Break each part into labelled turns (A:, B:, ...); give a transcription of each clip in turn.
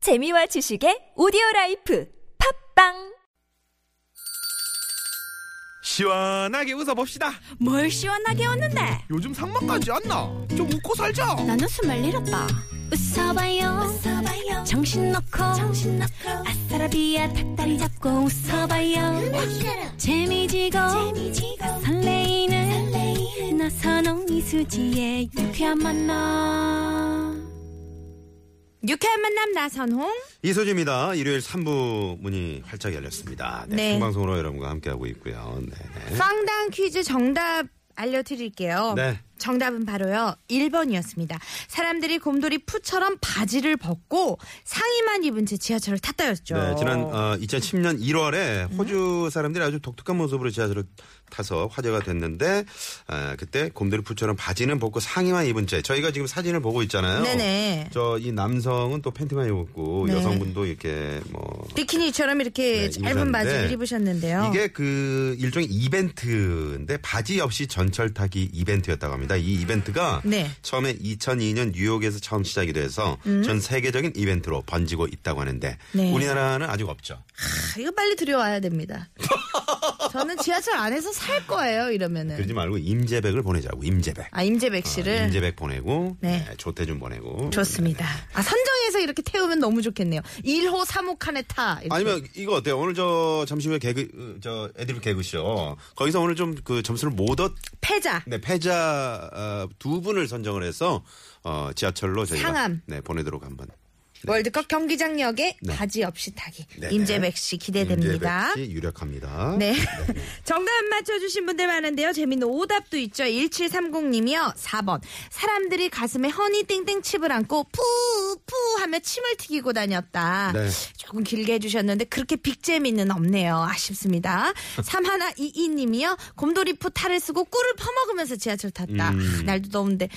A: 재미와 지식의 오디오 라이프 팝빵
B: 시원하게 웃어봅시다.
C: 뭘 시원하게 웃는데
B: 요즘 상만까지 안 나. 좀 웃고 살자.
C: 나는 숨을 잃었다 웃어봐요, 정신 놓고 아싸라비아 닭다리 잡고 웃어봐요 재미지고, 설레이는, 나선홍 이수지의 유쾌한 만남 유쾌한 만남 나선홍
D: 이소지입니다. 일요일 3부 문이 활짝 열렸습니다. 네,
C: 네.
D: 생방송으로 여러분과 함께하고 있고요. 네, 네.
C: 빵당 퀴즈 정답 알려드릴게요.
D: 네.
C: 정답은 바로요. 1번이었습니다. 사람들이 곰돌이 푸처럼 바지를 벗고 상의만 입은 채 지하철을 탔다였죠.
D: 네, 지난 어, 2010년 1월에 호주 사람들이 아주 독특한 모습으로 지하철을 타서 화제가 됐는데 아, 그때 곰돌이 푸처럼 바지는 벗고 상의만 입은 채 저희가 지금 사진을 보고 있잖아요.
C: 네네.
D: 저 이 남성은 또 팬티만 입었고
C: 네.
D: 여성분도 이렇게 뭐
C: 비키니처럼 이렇게
D: 네,
C: 짧은
D: 입으셨는데
C: 바지를 입으셨는데요.
D: 이게 그 일종의 이벤트인데 바지 없이 전철 타기 이벤트였다고 합니다. 이 이벤트가
C: 네.
D: 처음에 2002년 뉴욕에서 처음 시작이 돼서 전 세계적인 이벤트로 번지고 있다고 하는데
C: 네.
D: 우리나라는 아직 없죠.
C: 아, 이거 빨리 들여와야 됩니다. 저는 지하철 안에서 살 거예요. 이러면은.
D: 그러지 말고 임재백을 보내자고 임재백.
C: 아 임재백 씨를.
D: 어, 임재백 보내고
C: 네.
D: 네, 조태준 보내고
C: 좋습니다. 아 선정해서 이렇게 태우면 너무 좋겠네요. 1호 3호 칸에 타. 이렇게.
D: 아니면 이거 어때요? 오늘 저 잠시 후에 개그 어, 저 애드립 개그쇼 거기서 오늘 좀 그 점수를 못 얻,
C: 패자.
D: 네, 패자 어, 두 분을 선정을 해서 어, 지하철로 저희가
C: 상암.
D: 네, 보내도록 한번.
C: 월드컵 경기장역에 바지 없이 타기.
D: 네. 네네.
C: 임재백 씨 기대됩니다.
D: 임재백 씨 유력합니다.
C: 네. 정답 맞춰주신 분들 많은데요. 재밌는 오답도 있죠. 1730님이요. 4번. 사람들이 가슴에 허니땡땡 칩을 안고 푸푸 하며 침을 튀기고 다녔다.
D: 네.
C: 조금 길게 해주셨는데 그렇게 빅재미는 없네요. 아쉽습니다. 3122님이요. 곰돌이푸 탈을 쓰고 꿀을 퍼먹으면서 지하철 탔다.
D: 음.
C: 날도 더운데.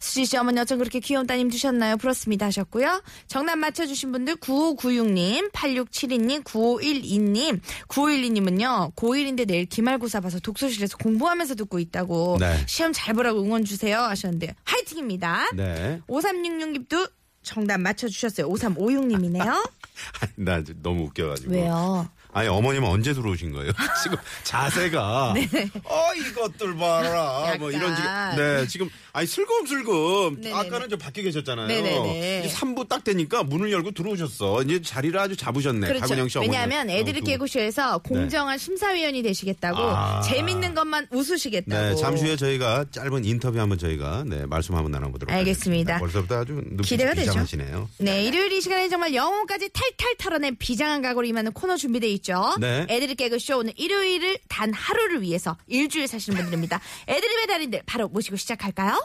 C: 수지 씨 어머니 어쩜 그렇게 귀여운 따님 두셨나요? 부럽습니다 하셨고요. 정답 맞춰주신 분들 9596님, 8672님, 9512님, 9512님은요. 고1인데 내일 기말고사 봐서 독서실에서 공부하면서 듣고 있다고.
D: 네.
C: 시험 잘 보라고 응원 주세요 하셨는데 화이팅입니다.
D: 네.
C: 5366님도 정답 맞춰주셨어요. 5356님이네요.
D: 나 이제 너무 웃겨가지고.
C: 왜요?
D: 아니, 어머님은 언제 들어오신 거예요? 지금 자세가. 어, 이것들 봐라. 뭐
C: 네. 약간.
D: 이런. 지금- 네, 지금. 아니, 슬금슬금.
C: 네네네.
D: 아까는 저 밖에 계셨잖아요.
C: 네네네.
D: 이제 3부 딱 되니까 문을 열고 들어오셨어. 이제 자리를 아주 잡으셨네. 박은영 씨 어머니.
C: 그렇죠. 왜냐하면 애들이
D: 어, 두-
C: 개구쇼에서 공정한 심사위원이 되시겠다고
D: 아.
C: 재밌는 것만 웃으시겠다고.
D: 네, 잠시 후에 저희가 짧은 인터뷰 한번 저희가 네, 말씀 한번 나눠보도록
C: 알겠습니다.
D: 하겠습니다. 벌써부터 아주 눈빛이
C: 기대가 되죠.
D: 비장하시네요.
C: 네, 일요일 이 시간에 정말 영혼까지 탈탈 털어낸 비장한 각오로 임하는 코너 준비돼 있죠.
D: 네.
C: 애드립 개그쇼 오늘 일요일을 단 하루를 위해서 일주일 사시는 분들입니다. 애드립의 달인들 바로 모시고 시작할까요?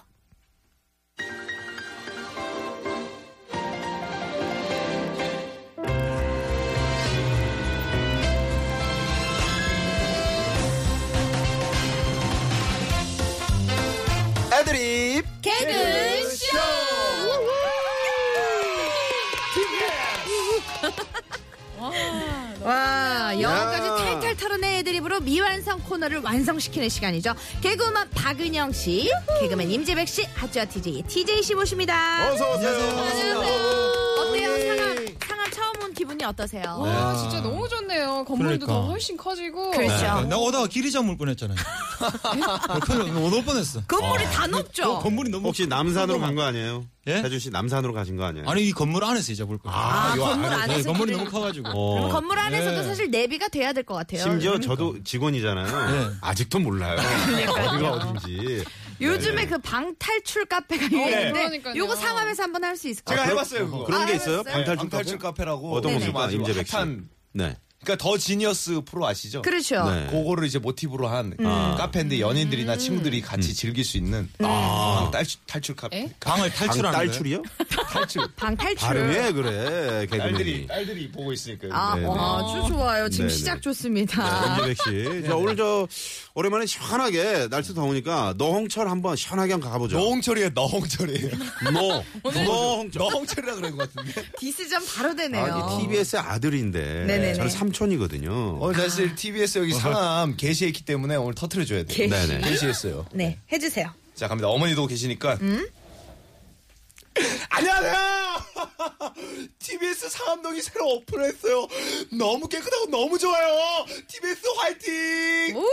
D: 애드립
C: 개그쇼! 와, 영어까지
D: 야.
C: 탈탈 털어낸 애드립으로 미완성 코너를 완성시키는 시간이죠. 개그우먼 박은영 씨, 개그맨 임재백 씨, 하츠와 TJ, TJ 씨 모십니다.
D: 어서 오세요.
C: 어때요, 상암? 상암 처음 온 기분이 어떠세요?
E: 와 아, 진짜 너무 좋네요.
F: 아. 그러니까.
E: 건물도 더 훨씬 커지고.
C: 그렇죠.
F: 나 오다가 길이 잠물 뻔했잖아요. 네. 큰일 날 오다 뻔했어.
C: 건물이 다 높죠?
F: 건물이 너무
D: 혹시 남산으로 간 거 아니에요?
F: 예?
D: 태준 씨 남산으로 가신 거 아니에요?
F: 아니 이 건물 안에서 잊어볼 거야.
D: 아, 요
C: 건물
D: 안에-
F: 네,
C: 안에서
F: 건물이
C: 길을-
F: 너무 커가지고.
C: 그럼
D: 어. 그러니까.
C: 건물 안에서도
F: 네.
C: 사실 내비가 돼야 될 것 같아요.
D: 심지어 저도 직원이잖아요.
F: 네.
D: 아직도 몰라요. 어디가 어딘지.
C: 요즘에 그 방탈출 카페가 유행인데
E: 그러니까요.
C: 요거 상암에서 한번 할 수 있을까요?
G: 제가
D: 그럼-
G: 해봤어요 그거.
D: 그런 게
C: 아,
D: 있어요?
C: 해봤어요?
D: 방탈출
G: 방탈출
D: 카페?
G: 카페라고
D: 어떤
G: 네.
D: 곳입니까?
G: 맞아요.
D: 임재백 씨.
G: 핫한
D: 네.
G: 그러니까 더 지니어스 프로 아시죠?
C: 그렇죠.
D: 네. 아.
G: 그거를 이제 모티브로 한 카페인데 연인들이나 친구들이 같이 즐길 수 있는 방 탈출, 탈출 카페. 아,
E: 에?
F: 방을
D: 아, 방
F: 탈출하는 거예요.
D: 탈출이요?
G: 탈출.
C: 방탈출.
D: 발음이 왜 그래?
G: 딸들이
D: 개그맨이.
G: 딸들이 보고 있으니까.
C: 아,
D: 네, 네.
C: 아주 좋아요. 지금
D: 네, 네.
C: 시작 좋습니다.
D: 임재백 씨. 자, 오늘 저 오랜만에 시원하게 날씨 더우니까 너홍철 한번 시원하게 한번 가보죠.
G: 너홍철이에요. 너홍철이에요.
D: 너. 너홍철.
G: 너홍철이라 그런 것 같은데.
C: 디스 전 바로 되네요.
D: 아, TBS의 아들인데
C: 네네네.
D: 저는 삼촌이거든요.
G: 오늘 사실 TBS 여기 상암 게시했기 때문에 오늘 터트려줘야
C: 게시.
G: 돼요.
D: 네네.
G: 게시했어요.
C: 네, 해주세요.
G: 음? 자 갑니다. 어머니도 계시니까. 안녕하세요. TBS 상암동이 새로 오픈을 했어요. 너무 깨끗하고 너무 좋아요. TBS 화이팅.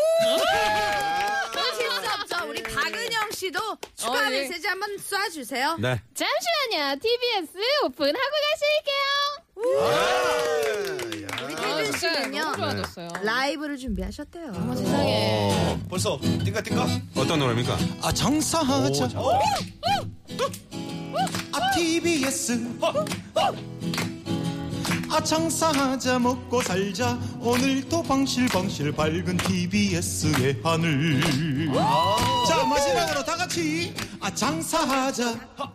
C: 실수 없죠. 우리 박은영 씨도 추가
E: 어, 예.
C: 메시지 한번 쏴주세요.
D: 네.
H: 잠시만요. TBS 오픈하고 가실게요.
C: 우리
E: 아,
C: 태준
E: 진짜
C: 씨는요
E: 너무 좋아졌어요.
C: 라이브를 준비하셨대요.
E: 세상에.
G: 어, 벌써 띵까띵까.
D: 어떤 노래입니까?
F: 아 장사하자.
G: 어?
F: 아 TBS. 아 장사하자 먹고 살자 오늘도 방실방실 밝은 TBS의 하늘. 자 마지막으로 다 같이 아 장사하자.
E: 아,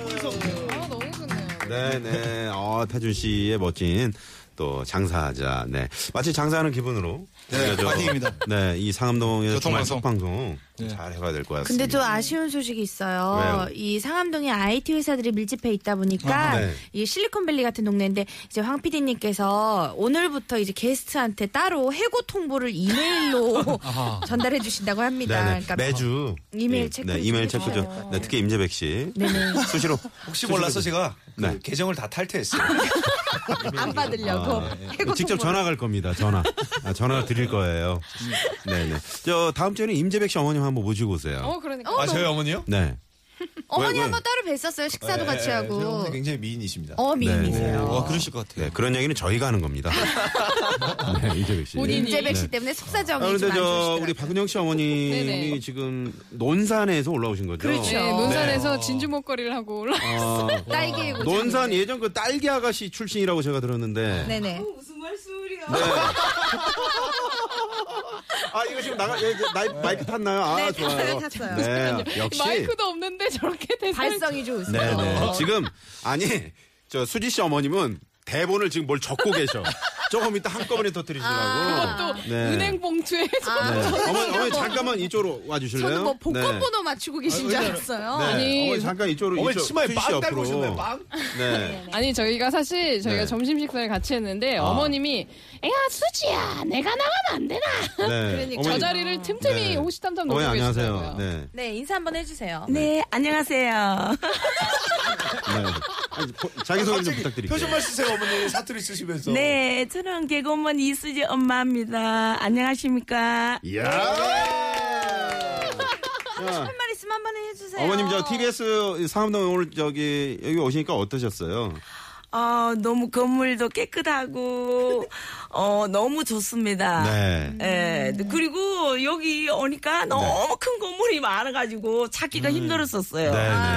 E: 너무 좋네요.
D: 네네. 어, 태준 씨의 멋진 또 장사하자. 네. 마치 장사하는 기분으로.
F: 네,
D: 저-
F: 파이팅입니다.
D: 네. 이 상암동에서 정말
F: 교통방송.
D: 속방송
F: 네.
D: 잘 해봐야 될 것 같습니다.
C: 근데 또 아쉬운 소식이 있어요.
D: 왜요?
C: 이 상암동에 IT 회사들이 밀집해 있다 보니까
D: 아, 네.
C: 이 실리콘밸리 같은 동네인데 이제 황 PD님께서 오늘부터 이제 게스트한테 따로 해고 통보를 이메일로 전달해 주신다고 합니다.
D: 네네.
C: 그러니까
D: 매주
C: 이메일
D: 예,
C: 체크를
D: 네, 이메일
C: 좀
D: 체크 좀.
C: 해주셔야
D: 네, 특히 임재백 씨
C: 네네.
D: 수시로
G: 혹시 몰라서 제가 그
D: 네.
G: 계정을 다 탈퇴했어요.
C: 안 받으려고 해고
D: 아, 네, 직접
C: 통보를.
D: 전화 갈 겁니다. 전화 아, 전화 드릴 거예요. 네네. 저 다음 주에는 임재백 씨 어머님 한번 모시고 오세요.
E: 어, 그러니까.
G: 아 저희 어머니요?
D: 네.
C: 어머니
D: 왜, 왜?
C: 한번 따로 뵀었어요. 식사도 같이
G: 네, 저희
C: 하고.
G: 어머니 굉장히 미인이십니다.
C: 어
D: 네.
C: 미인이세요.
F: 와 그러실 것 같아요.
D: 네, 그런 얘기는 저희가 하는 겁니다. 네, 임재백 씨.
C: 임재백 씨 때문에 속사정이
D: 아,
C: 좀
D: 근데
C: 안
D: 저
C: 좋으시더라고요.
D: 우리 박은영 씨 어머님이
E: 네네.
D: 지금 논산에서 올라오신 거죠?
E: 네,
D: 어.
E: 어, 논산에서 진주 목걸이를 하고 올라.
D: 아,
C: 그렇죠. 딸기 고장.
D: 논산 예전 그 딸기 아가씨 출신이라고 제가 들었는데.
C: 네네.
D: 아 이거 지금 나가 예, 나, 마이크 탔나요? 아
C: 네, 탔어요,
D: 좋아요.
C: 탔어요.
D: 네, 역시.
E: 마이크도 없는데 저렇게 대사를
C: 발성이 좋으세요.
D: 네네. 지금 아니 저 수지 씨 어머님은 대본을 지금 뭘 적고 계셔. 조금 이따 한꺼번에 터뜨리시라고.
E: 또 은행 봉투에
D: 네. 어머니, 어머니 잠깐만 이쪽으로 와주실래요?
C: 저는 뭐
D: 네.
C: 복권번호 맞추고 계신 줄 알았어요.
D: 네.
E: 아니.
D: 어머니 잠깐 이쪽으로
G: 어머니
D: 이쪽,
G: 치마에
D: 수지 씨
G: 빵 달고
D: 옆으로.
G: 오셨네요, 빵.
D: 네.
E: 아니 저희가 사실 저희가
D: 네. 아.
E: 점심 식사를 같이 했는데 어머님이
H: 야, 수지야. 내가 나가면 안 되나?
D: 네.
E: 저 자리를 틈틈이
D: 네.
E: 호시탐탐
D: 어머니
E: 노리고
D: 안녕하세요.
E: 계시더라고요.
D: 네.
C: 네, 인사 한번 해주세요.
I: 네, 안녕하세요.
D: 자기 소개 좀
G: 갑자기
D: 부탁드릴게요.
G: 표정만 쓰세요 어머니 사투리 쓰시면서.
I: 네, 저는 개그우먼 이수지 엄마입니다. 안녕하십니까?
D: 이야. 야,
C: 한 말 있으면 한 번 해주세요.
D: 어머님 저 TBS 상암동 오늘 저기 여기 오시니까 어떠셨어요?
I: 어, 너무 건물도 깨끗하고, 어, 너무 좋습니다.
D: 네.
I: 예, 그리고 여기 오니까 너무 큰 건물이 많아가지고 찾기가 힘들었었어요.
C: 아,
D: 음.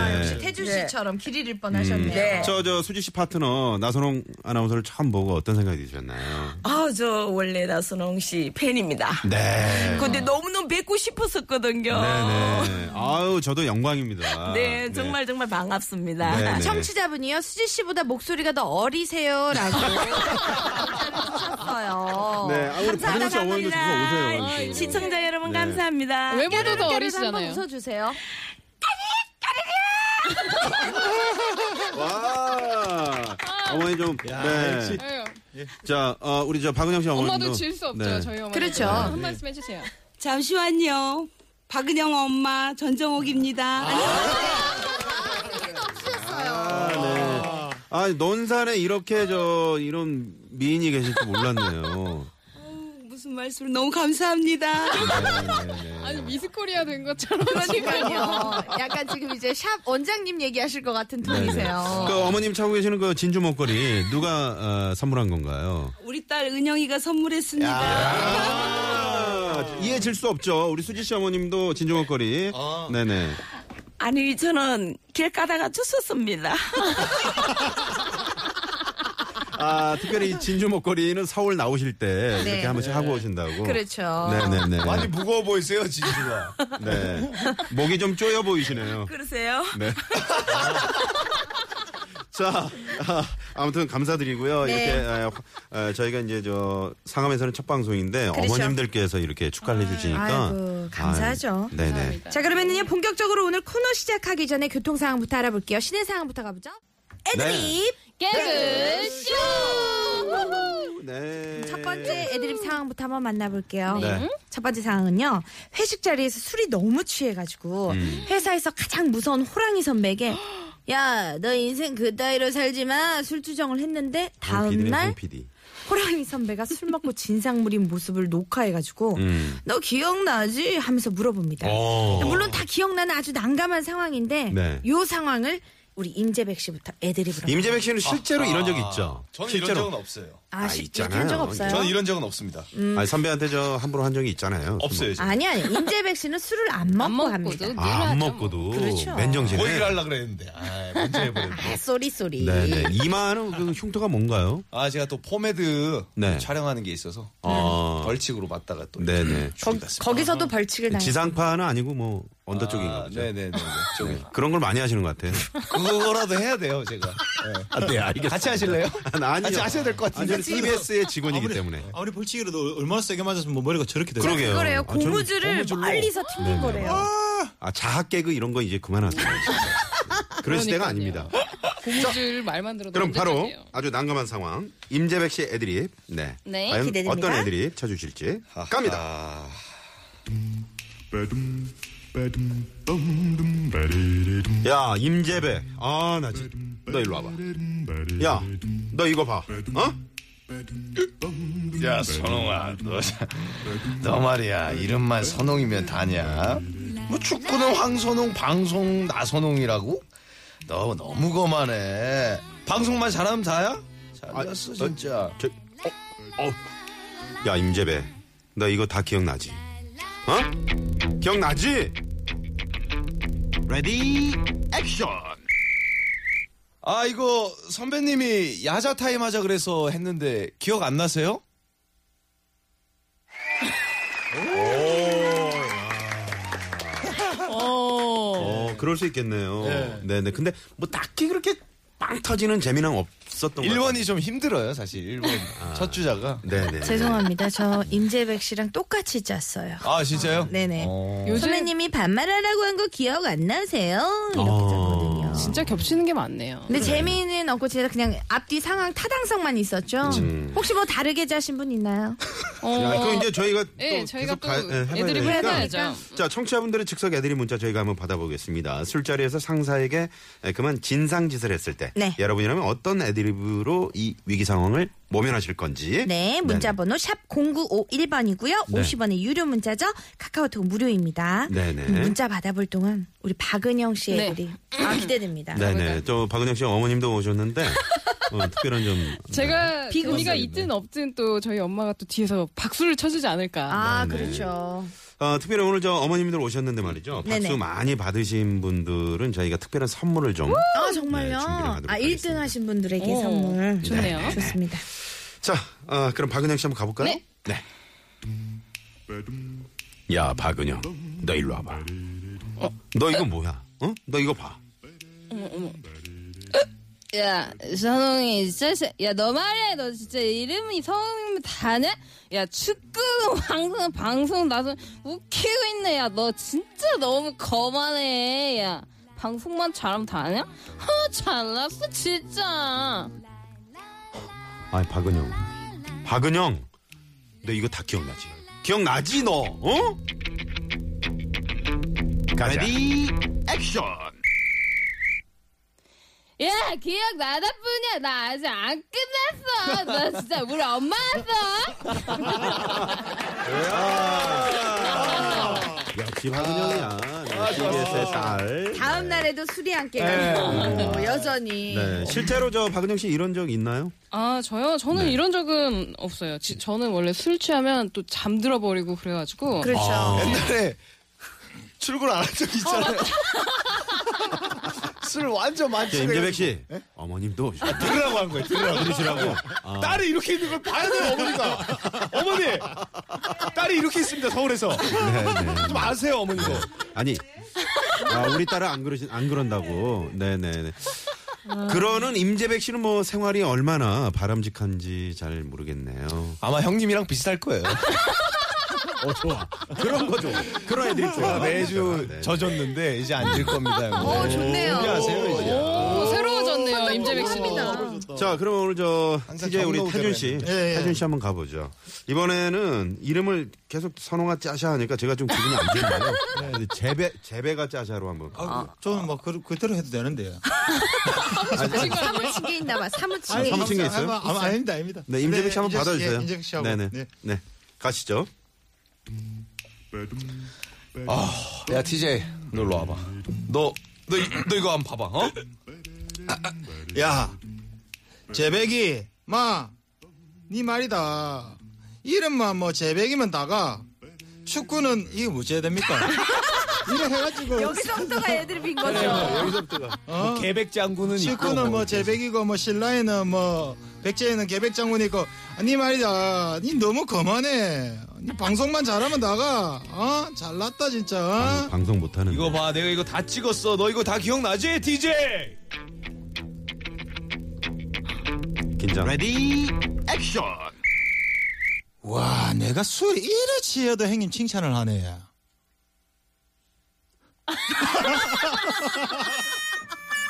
D: 네. 음.
C: 역시 태주 씨처럼 길 잃을 뻔하셨네요.
I: 네.
D: 저 저 수지 씨 파트너 나선홍 아나운서를 처음 보고 어떤 생각이 드셨나요?
I: 아, 저 원래 나선홍 씨 팬입니다.
D: 네.
I: 근데 너무너무 뵙고 싶었었거든요.
D: 네네. 아유 저도 영광입니다.
I: 네, 정말 정말 반갑습니다.
D: 네, 네.
C: 아, 청취자분이요, 수지 씨보다 목소리가 더 어리세요라고 하셨어요.
D: 네. 아, 우리 박은영 씨 어머님도 주소 오세요. 이렇게.
I: 시청자 여러분
D: 네.
I: 감사합니다.
E: 외모도 더
C: 한번
E: 어리시잖아요.
C: 웃어주세요.
D: 와. 어머니 좀. 네.
E: 아유,
D: 자, 어, 우리 저 박은영 씨 어머님도.
E: 엄마도 질 수 없죠.
D: 네.
E: 저희 어머니.
C: 그렇죠.
E: 한 말씀 해주세요.
J: 잠시만요. 박은영 엄마 전정옥입니다.
D: 아, 네. 아, 논산에 이렇게 저 이런 미인이 계실 줄 몰랐네요.
J: 아니, 무슨 말씀을 너무 감사합니다.
D: 네.
E: 아니 미스코리아 된 것처럼
C: 그러니까요. 약간 지금 이제 샵 원장님 얘기하실 것 같은 톤이세요.
D: 그 어머님 차고 계시는 그 진주 목걸이 누가 어, 선물한 건가요?
J: 우리 딸 은영이가 선물했습니다.
D: 아, 이해질 수 없죠. 우리 수지 씨 어머님도 진주 목걸이. 네네.
I: 아니 저는 길 가다가 쳤었습니다.
D: 아, 특별히 진주 목걸이는 서울 나오실 때 이렇게 한 번씩 하고 오신다고.
C: 그렇죠.
D: 네네네.
G: 많이 무거워 보이세요 진주가.
F: 어.
D: 네. 목이 좀 쪼여 보이시네요.
I: 그러세요?
D: 네. 자, 아, 무튼 감사드리고요.
C: 네.
D: 이렇게 에, 화- 에, 저희가 이제 저 상암에서는 첫 방송인데 어머님들께서 이렇게 축하를 해주시니까
C: 아이고, 감사하죠.
D: 그러니까. 아유, 네네.
C: 자, 그러면은요, 본격적으로 오늘 코너 시작하기 전에 교통상황부터 알아볼게요. 시내 상황부터 가보죠. 애드립
H: 개그쇼!
D: 네.
C: 첫 번째 애드립 상황부터 한번 만나볼게요.
D: 네.
C: 첫 번째 상황은요. 회식 자리에서 술이 너무 취해가지고
D: 음.
C: 회사에서 가장 무서운 호랑이 선배에게 야, 너 인생 그따위로 살지 마. 술 투정을 했는데 다음
D: 홍PD 네,
C: 날
D: 홍PD.
C: 호랑이 선배가 술 먹고 진상물인 모습을 녹화해가지고
D: 음.
C: 너 기억나지? 하면서 물어봅니다.
D: 어.
C: 물론 다 기억나는 아주 난감한 상황인데
D: 네.
C: 요 상황을 우리 임재백 씨부터 애드립으로
D: 임재백 씨는 실제로 이런 적 있죠?
G: 아, 저는 이런
D: 실제로.
G: 적은 없어요.
C: 아, 시-
D: 있잖아요.
C: 이렇게 한적 없어요?
G: 저는 이런 적은 없습니다.
D: 아니, 선배한테 저 함부로 한 적이 있잖아요.
G: 없어요. 저는.
C: 아니 아니 임재백 씨는 술을 안 먹고
E: 안 먹고도
C: 합니다.
E: 늘
D: 아, 안
E: 하죠, 뭐.
D: 먹고도.
C: 그렇죠.
D: 맨정신에.
G: 고의를 하려고 그랬는데. 아, 먼저 해버렸네.
C: 아 쏘리 쏘리.
D: 네네. 이마는 그 흉터가 뭔가요?
G: 아, 제가 또 포메드 그
D: 네.
G: 촬영하는 게 있어서
D: 아.
G: 벌칙으로 맞다가 또
D: 네네.
C: 거, 거기서도
D: 네,
E: 네.
C: 벌칙을 당했어요.
D: 지상파는 아니고 뭐 언더 쪽인가 보죠.
G: 아, 네네네. 저기
D: 그런 걸 많이 하시는 것 같아요.
G: 그거라도 해야 돼요, 제가. 네.
D: 네, 알겠습니다.
G: 같이 하실래요?
D: 아니요.
G: 같이 하셔야 될 것 같은데.
D: 아니, 저는 TBS의 직원이기
F: 아무리-
D: 때문에.
F: 아무리 벌칙이라도 얼마나 세게 맞았으면 뭐 머리가 저렇게 돼요.
D: 그러게요.
C: 그래요.
D: 아, 저는
C: 고무줄을
F: 고무줄로.
C: 멀리서 튕긴 거래요.
D: 아, 자학 개그 이런 건 이제 그만하세요. 그럴 때가
E: 그러니까요.
D: 아닙니다.
E: 고무줄 말만 들어도
D: 그럼 바로
E: 문제점이에요.
D: 아주 난감한 상황. 임재백 씨의 애드립. 네.
H: 네,
D: 과연
C: 기대됩니다.
D: 어떤 애드립 쳐주실지 갑니다.
G: 아,
D: 야, 임재백. 아, 나 진짜. 너 일로 와봐. 야, 너 이거 봐. 어?
G: 야, 선홍아. 네. 너, 너 말이야. 이름만 선홍이면 다냐? 뭐 축구는 황선홍, 방송 나선홍이라고? 너 너무 거만해. 방송만 잘하면 다야? 잘렸어, 진짜.
D: 저, 어, 어. 야, 임재배. 너 이거 다 기억나지? 어? 기억나지? 레디 액션.
G: 아, 이거 선배님이 야자 타임 하자 그래서 했는데 기억 안 나세요?
D: 어, 그럴 수 있겠네요. 네, 네. 근데 뭐 딱히 그렇게 빵 터지는 재미는 없었던 것 같아요.
G: 1번이 좀 힘들어요, 사실. 1번. 첫 주자가.
D: 네, 네.
C: 죄송합니다. 저 임재백 씨랑 똑같이 짰어요.
G: 아, 진짜요?
C: 네네.
G: 어.
E: 요즘
C: 선배님이 반말하라고 한 거 기억 안 나세요? 이렇게 짰거든요.
E: 진짜 겹치는 게 많네요.
C: 근데 재미는 없고 진짜 그냥 앞뒤 상황 타당성만 있었죠. 혹시 뭐 다르게 짜신 분 있나요?
D: 야, 아, 그럼 이제 저희가
E: 예,
D: 또
E: 저희가
D: 계속
E: 또
D: 가, 예, 해봐야
E: 애드립을
D: 되니까.
E: 해봐야죠.
D: 자, 청취자분들의 즉석 애드립 문자 저희가 한번 받아보겠습니다. 술자리에서 상사에게 에, 그만 진상짓을 했을 때
C: 네.
D: 여러분이라면 어떤 애드립으로 이 위기 상황을 모면하실 건지
C: 네, 문자 번호 샵 0951번이고요. 50원의 유료 문자죠. 카카오톡 무료입니다.
D: 네. 네네.
C: 문자 받아볼 동안 우리 박은영 씨
E: 네.
C: 애들이 아, 기대됩니다.
D: 네네. 또 박은영 씨 어머님도 오셨는데 어, 특별한 점.
E: 제가
C: 비극.
E: 재미가 있든 없든 또 저희 엄마가 또 뒤에서 박수를 쳐주지 않을까.
C: 아,
D: 네네.
C: 그렇죠.
D: 어, 특별히 오늘 저 어머님들 오셨는데 말이죠. 박수
C: 네네.
D: 많이 받으신 분들은 저희가 특별한 선물을 좀.
C: 아,
D: 네,
C: 정말요?
D: 준비를
C: 아,
D: 하도록
C: 1등
D: 하겠습니다.
C: 하신 분들에게
E: 오,
C: 선물.
E: 좋네요.
C: 네. 좋습니다.
D: 자, 어, 그럼 박은영 씨 한번 가볼까요?
E: 네.
D: 야, 박은영, 너 일로 와봐. 어, 너 이거 뭐야? 어? 너 이거 봐.
H: 야, 선홍이 진짜, 야, 너 말해. 너 진짜 이름이 선홍이면 다냐? 야, 축구, 방송, 방송, 나도 웃기고 있네. 야, 너 진짜 너무 거만해. 야, 방송만 잘하면 다냐? 허, 잘났어, 진짜.
D: 아이, 박은영. 박은영, 너 이거 다 기억나지? 기억나지, 너? 어? 가자. 액션.
H: 야, 기억나다 뿐이야. 나 아직 안 끝났어. 너 진짜 우리 엄마 왔어.
D: 역시 박은영이야. 네, CBS의 딸.
C: 다음 날에도 술이 안 깨가지고 여전히.
D: 네, 실제로 저 박은영 씨 이런 적 있나요?
E: 아, 저요? 저는 이런 적은 없어요. 지- 저는 원래 술 취하면 또 잠들어 버리고 그래가지고.
C: 그렇죠.
G: 옛날에 네. 출근 안 한 적 있잖아요. 술 완전
D: 저
G: 많지.
D: 예, 임재백 씨, 어머님도 오셨
G: 들으라고 한 거예요. 들으라고. 아. 들으시라고.
K: 아.
G: 딸이 이렇게 있는 걸 봐야 돼요, 어머니가. 어머니! 딸이 이렇게 있습니다, 서울에서. 좀 아세요, 어머니도.
D: 아니, 아, 우리 딸은 안 그러신 안 그런다고. 네네네. 그러는 임재백 씨는 뭐 생활이 얼마나 바람직한지 잘 모르겠네요.
G: 아마 형님이랑 비슷할 거예요.
D: 어 좋아. 그런 거죠. 그런 애들이 좋아.
G: 제가 매주
D: 네.
G: 젖었는데, 이제 안 질 겁니다.
C: 오, 좋네요.
G: 아세요, 이제.
F: 어.
E: 오, 어, 새로워졌네요. 임재백 씨도.
D: 자, 그러면 오늘 저
G: 항상
D: TJ 우리
G: 정로
D: 태준 씨,
G: 예, 예.
D: 태준 씨 한번 가보죠. 이번에는 이름을 계속 선홍아 짜샤 하니까 제가 좀 기분이 안 좋네요. 근데 재배 재배가 짜샤로 한번.
F: 아, 그, 저는 뭐 그, 그대로 해도 되는데요.
C: 사무치게 있나 봐.
D: 아,
C: 사무치게.
D: 삼- 삼층에
F: 아마-
D: 있어요?
F: 아마 아닙니다, 아닙니다.
D: 네, 임재백 씨 한번
G: 네,
D: 받아주세요.
G: 예, 임재백 씨하고.
D: 네네.
G: 네.
D: 네, 가시죠.
G: 야 TJ 놀러 와봐. 너 너, 이- 너 이거 한번 봐봐. 어?
F: 야, 재백이, 마, 네 말이다. 이름만 뭐 재백이면 다가 축구는 이게 무죄 됩니까? 이래 해가지고
C: 여기서부터가 애드립인 거죠.
D: 뭐
F: 어?
K: 개백 장군은
F: 축구는 뭐 재백이고 뭐 신라에는 뭐 백제에는 개백장군이고 네 말이다. 네 너무 거만해. 네 방송만 잘하면 나가. 어? 잘났다 진짜. 어?
D: 방송 못하는.
K: 이거 봐 내가 이거 다 찍었어 너 이거 다 기억나지 DJ
D: 긴장.
G: 레디 액션.
D: 뭐-
F: 와, 내가 술 이래 취해도 형님 칭찬을 하네.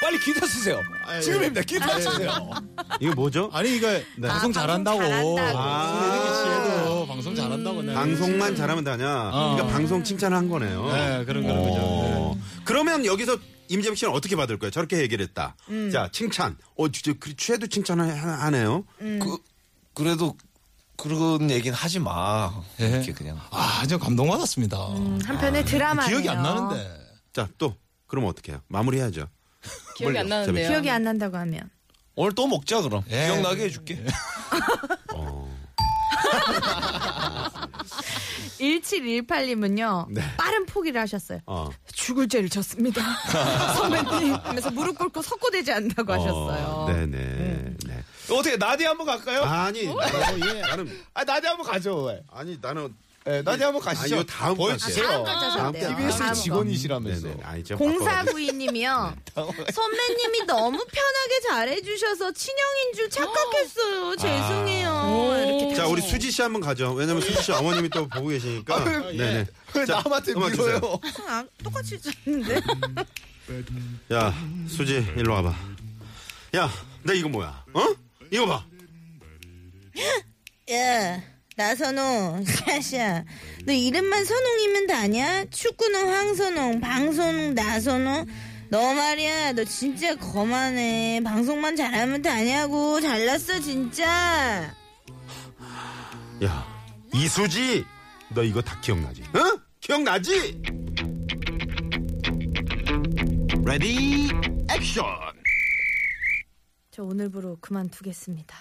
K: 빨리 기타 쓰세요 지금입니다 기타 쓰세요
D: 이거 뭐죠?
F: 아니 이거
D: 네.
F: 방송
C: 방송
F: 잘한다고.
C: 잘한다고.
D: 아.
F: 술 이래 취해도 방송 잘한다고. 내가.
D: 방송만 잘하면 다냐. 그러니까 방송 칭찬한 거네요.
F: 네, 그런 그런 거죠.
D: 어. 그러면 여기서 임재백 씨는 어떻게 받을 거예요? 저렇게 얘기를 했다.
C: 음.
D: 자, 칭찬. 어, 진짜 그 취해도 칭찬을 하- 하네요.
C: 음.
G: 그 그래도 그런 얘기는 하지 마. 이렇게 그냥.
F: 아, 저 감동받았습니다.
D: 음. 네. 아,
C: 한편의 드라마.
F: 기억이 안 나는데.
D: 자, 또 그러면 어떻게 해요? 마무리해야죠.
E: 기억이 안
D: 멀리요.
E: 나는데요.
C: 기억이 안 난다고 하면.
G: 오늘 또 먹자 그럼.
F: 예.
G: 기억나게 해줄게.
C: 1718님은요.
D: 네.
C: 빠른 포기를 하셨어요.
D: 어.
C: 죽을 죄를 졌습니다. 선배님 하면서 무릎 꿇고 석고되지 않는다고 하셨어요. 음.
D: 네, 네. 네.
K: 어떻게 나디 한번 갈까요? 아,
D: 아니, 나는,
C: 예.
D: 나는
K: 나디 한번 가죠 왜?
D: 아니, 나는
K: 네, 나디 한번
D: 아니,
K: 가시죠
D: 이거 다음
K: 보여주세요
D: 거
C: 다음 거 짜셨대요.
D: 다음 거.
K: TBS
C: 다음 거.
D: 네,
K: 아, 직원이시라면서 네,
D: 네. 아니, 제가 바꿔가지고.
C: 공사구이님이요. 선배님이 너무 편하게 잘해주셔서 친형인 줄 착각했어요. 죄송해요. 이렇게
D: 아. 자, 우리 수지 씨 한번 가죠. 왜냐면 수지 씨 어머님이 또 보고 계시니까.
C: 아,
G: 왜-
D: 네, 네.
G: 왜
D: 자,
G: 남한테
D: 음악 주세요.
G: 밀어요?
C: 다 똑같이 잤는데.
D: 야, 수지 일로 와봐. 야, 나 이거 뭐야? 어? 이거 봐.
L: 야, 나선홍, 샤샤. 너 이름만 선홍이면 다냐? 축구는 황선홍, 방송은 나선홍. 너 말이야, 너 진짜 거만해. 방송만 잘하면 다냐고. 잘났어, 진짜.
D: 야, 이수지, 너 이거 다 기억나지? 응? 기억나지?
G: 레디 액션.
C: 저 오늘부로 그만두겠습니다.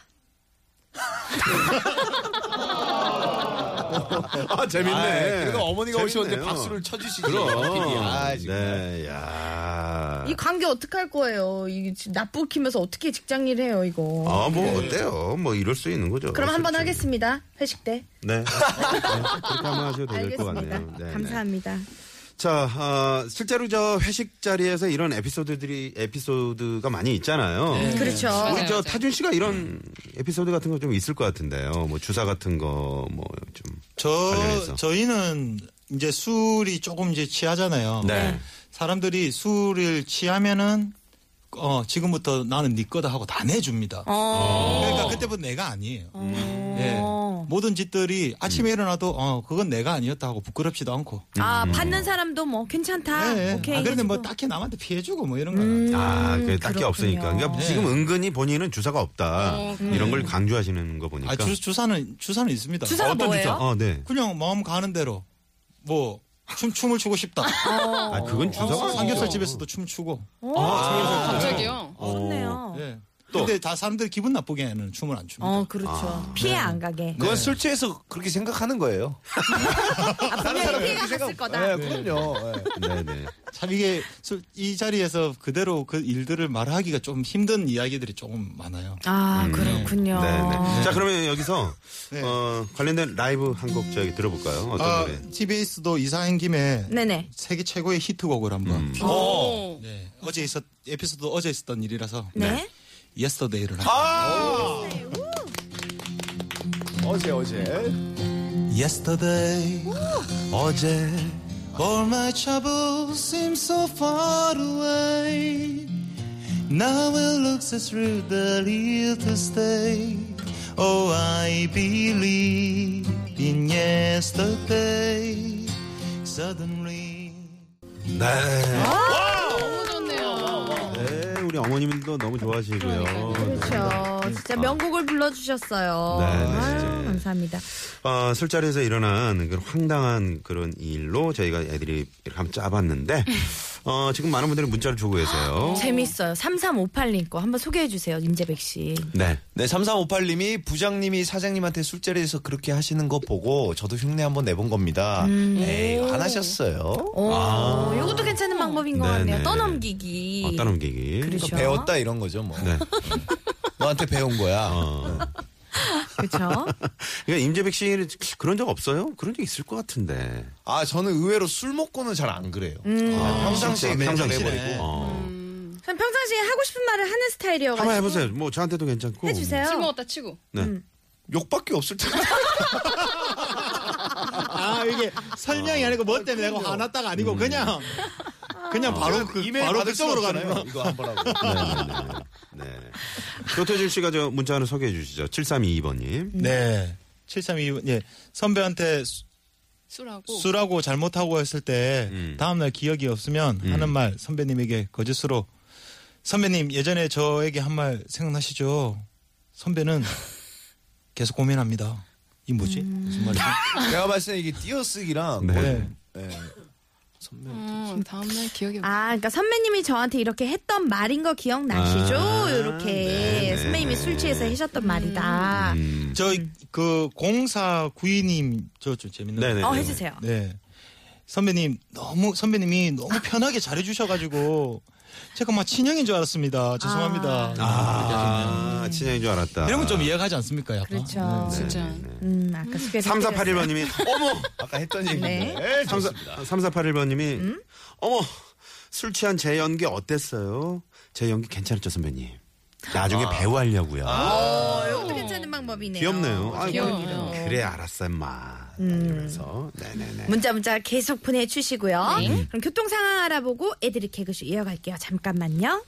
D: 아, 재밌네.
K: 그래도 어머니가 오셨는데
D: 재밌네요.
K: 박수를 쳐주시지
D: 그럼.
K: 아, 네.
D: 네, 야.
C: 아. 이 관계 어떻게 할 거예요? 이게 지금 납북히면서 어떻게 직장 일 해요, 이거.
D: 아, 뭐, 어때요? 뭐, 이럴 수 있는 거죠.
C: 그럼 한번
D: 솔직히.
C: 하겠습니다. 회식 때.
D: 네. 네. 아, 그렇게 한번 하셔도 될 것
C: 알겠습니다.
D: 같네요. 네, 네.
C: 감사합니다.
D: 자, 아, 실제로 저 회식 자리에서 이런 에피소드들이, 에피소드가 많이 있잖아요.
C: 그렇죠.
D: 우리 저
E: 맞아요.
D: 타준 씨가 이런 에피소드 같은 거 좀 있을 것 같은데요. 뭐 주사 같은 거, 뭐 좀. 관련해서.
F: 저 저희는 이제 술이 조금 이제 취하잖아요.
D: 네.
F: 사람들이 술을 취하면은 어 지금부터 나는 네 거다 하고 다 내줍니다.
C: 어,
D: 어.
F: 그러니까 그때부터 내가 아니에요. 예. 모든 짓들이
D: 음.
F: 아침에 일어나도 어 그건 내가 아니었다 하고 부끄럽지도 않고.
C: 아, 받는 사람도 뭐 괜찮다.
F: 예, 예.
C: 오케이. 음.
F: 아, 그런데 뭐
C: 해주고.
F: 딱히 남한테 피해주고 뭐 이런 거.
D: 아, 그 딱히
C: 그렇군요.
D: 없으니까. 그러니까
F: 네.
D: 지금 은근히 본인은 주사가 없다.
E: 어,
D: 이런 걸 강조하시는 거 보니까.
F: 아, 주, 주사는 주사는 있습니다.
C: 주사가 뭐예요?
D: 그러니까. 어, 네.
F: 그냥 마음 가는 대로 뭐 춤, 춤을 추고 싶다.
D: 아, 그건 주사가
F: 어,
D: 아니죠.
F: 삼겹살 집에서도 춤 추고.
E: 갑자기요.
C: 좋네요.
F: 예.
D: 또.
F: 근데 다 사람들 기분 나쁘게 하는 춤을 안 춥니다.
C: 어, 그렇죠.
D: 아, 네.
C: 피해 안 가게.
G: 그건 술 취해서 그렇게 생각하는 거예요.
C: 아, 분명히 피해가 갔을 거다.
G: 네, 그럼요. 예.
D: 네, 네.
F: 참 이게 술- 이 자리에서 그대로 그 일들을 말하기가 좀 힘든 이야기들이 조금 많아요.
C: 아, 그렇군요.
D: 네, 네. 자, 그러면 여기서
F: 네.
D: 어, 관련된 라이브 한 곡 저기 들어볼까요? 어떤
F: 아,
D: 노래?
F: TBS도 이사한 김에
C: 네네.
F: 세계 최고의 히트곡을 한번.
E: 오.
F: 네. 어제 있었 에피소드 어제 있었던 일이라서
C: 네.
F: Yesterday를
G: 아! 어제 어제.
F: Yesterday, 어제, all my troubles seem so far away.
M: Now it looks as rude that here to stay. Oh, I believe in yesterday. Suddenly.
D: 네.
E: 너무 좋네요.
D: 네, 우리 어머님도 너무 좋아하시고요.
C: 그렇죠. 진짜 명곡을 불러주셨어요.
D: 네, 네,
C: 아유,
D: 진짜.
C: 감사합니다.
D: 어, 술자리에서 일어난 그런 황당한 그런 일로 저희가 애들이 이렇게 한번 짜봤는데 어, 지금 많은 분들이 문자를 주고 계세요.
C: 아, 재밌어요. 3358님 거 한번 소개해 주세요. 임재백 씨.
D: 네.
G: 네, 3358님이 부장님이 사장님한테 술자리에서 그렇게 하시는 거 보고 저도 흉내 한번 내본 겁니다. 그러니까 에이, 네, 화나셨어요.
C: 오, 이것도 괜찮은 방법인 것
G: 네네.
C: 같네요. 떠넘기기.
D: 어, 떠넘기기.
G: 그러니까
C: 그렇죠.
G: 배웠다 이런 거죠, 뭐.
D: 네. 어.
G: 너한테 배운 거야.
C: 그렇죠.
D: 그러니까 임재백 씨는 그런 적 없어요? 그런 적 있을 것 같은데.
G: 아, 저는 의외로 술 먹고는 잘 안 그래요.
D: 아,
G: 평상시에 음. 그냥
D: 평상시에.
G: 해버리고.
D: 어.
C: 전 평상시에 하고 싶은 말을 하는 스타일이어가지고.
D: 한번 해보세요. 뭐 저한테도 괜찮고.
C: 해주세요. 음.
E: 술 먹었다 치고.
D: 네.
G: 욕밖에 없을 텐데.
F: 아 이게 설명이 아니고 뭐 때문에 내가 화났다가 아니고 그냥 그냥 바로 그
G: 음. 이메일
F: 바로
G: 받을 수
F: 그쪽으로 가는
G: 없잖아요.
F: 거.
G: 이거 한번 하고.
D: 네, 조태준 씨가 저 문자 하나 소개해 주시죠. 7322번님.
F: 네. 732, 예. 선배한테 수-
E: 술하고.
F: 술하고 잘못하고 했을 때 다음날 기억이 없으면 하는 말 선배님에게 거짓으로 선배님 예전에 저에게 한 말 생각나시죠? 선배는 계속 고민합니다. 이 뭐지?
G: 음.
F: 무슨 말이지?
G: 내가 봤을 때 이게 띄어쓰기랑.
F: 네.
G: 뭐,
F: 네.
G: 예.
E: 음, 다음날 기억이 안
C: 아, 그러니까 선배님이 저한테 이렇게 했던 말인 거 기억나시죠?
D: 네,
F: 아,
C: 이렇게 선배님이 술 취해서 하셨던 말이다.
D: 음,
F: 저그 공사 구이님 저 좀 재밌는.
C: 네네네.
F: 거.
C: 어, 해주세요.
F: 네. 선배님 너무 선배님이 너무
C: 아.
F: 편하게 잘해주셔가지고 제가 막 친형인 줄 알았습니다. 죄송합니다.
D: 아, 친형인 줄 알았다.
F: 이런 건 좀 이해가 가지 않습니까? 약간. 네.
C: 그렇죠.
E: 진짜.
C: 음, 아까 소개
D: 3481번님이 어머
G: 아까 했던
C: 네.
G: 얘기인데.
D: 3481번님이 어머 술 취한 제 연기 어땠어요? 제 연기 괜찮았죠 선배님. 나중에
G: 아.
D: 배우하려고요.
C: 어, 이것도 괜찮은 방법이네요.
D: 귀엽네요. 아,
C: 귀여워요.
D: 그래 알았어 임마. 이러면서 네네네.
C: 문자 문자
D: 네.
C: 계속 보내주시고요. 그럼 교통 상황 알아보고 애들이 개그쇼 이어갈게요. 잠깐만요.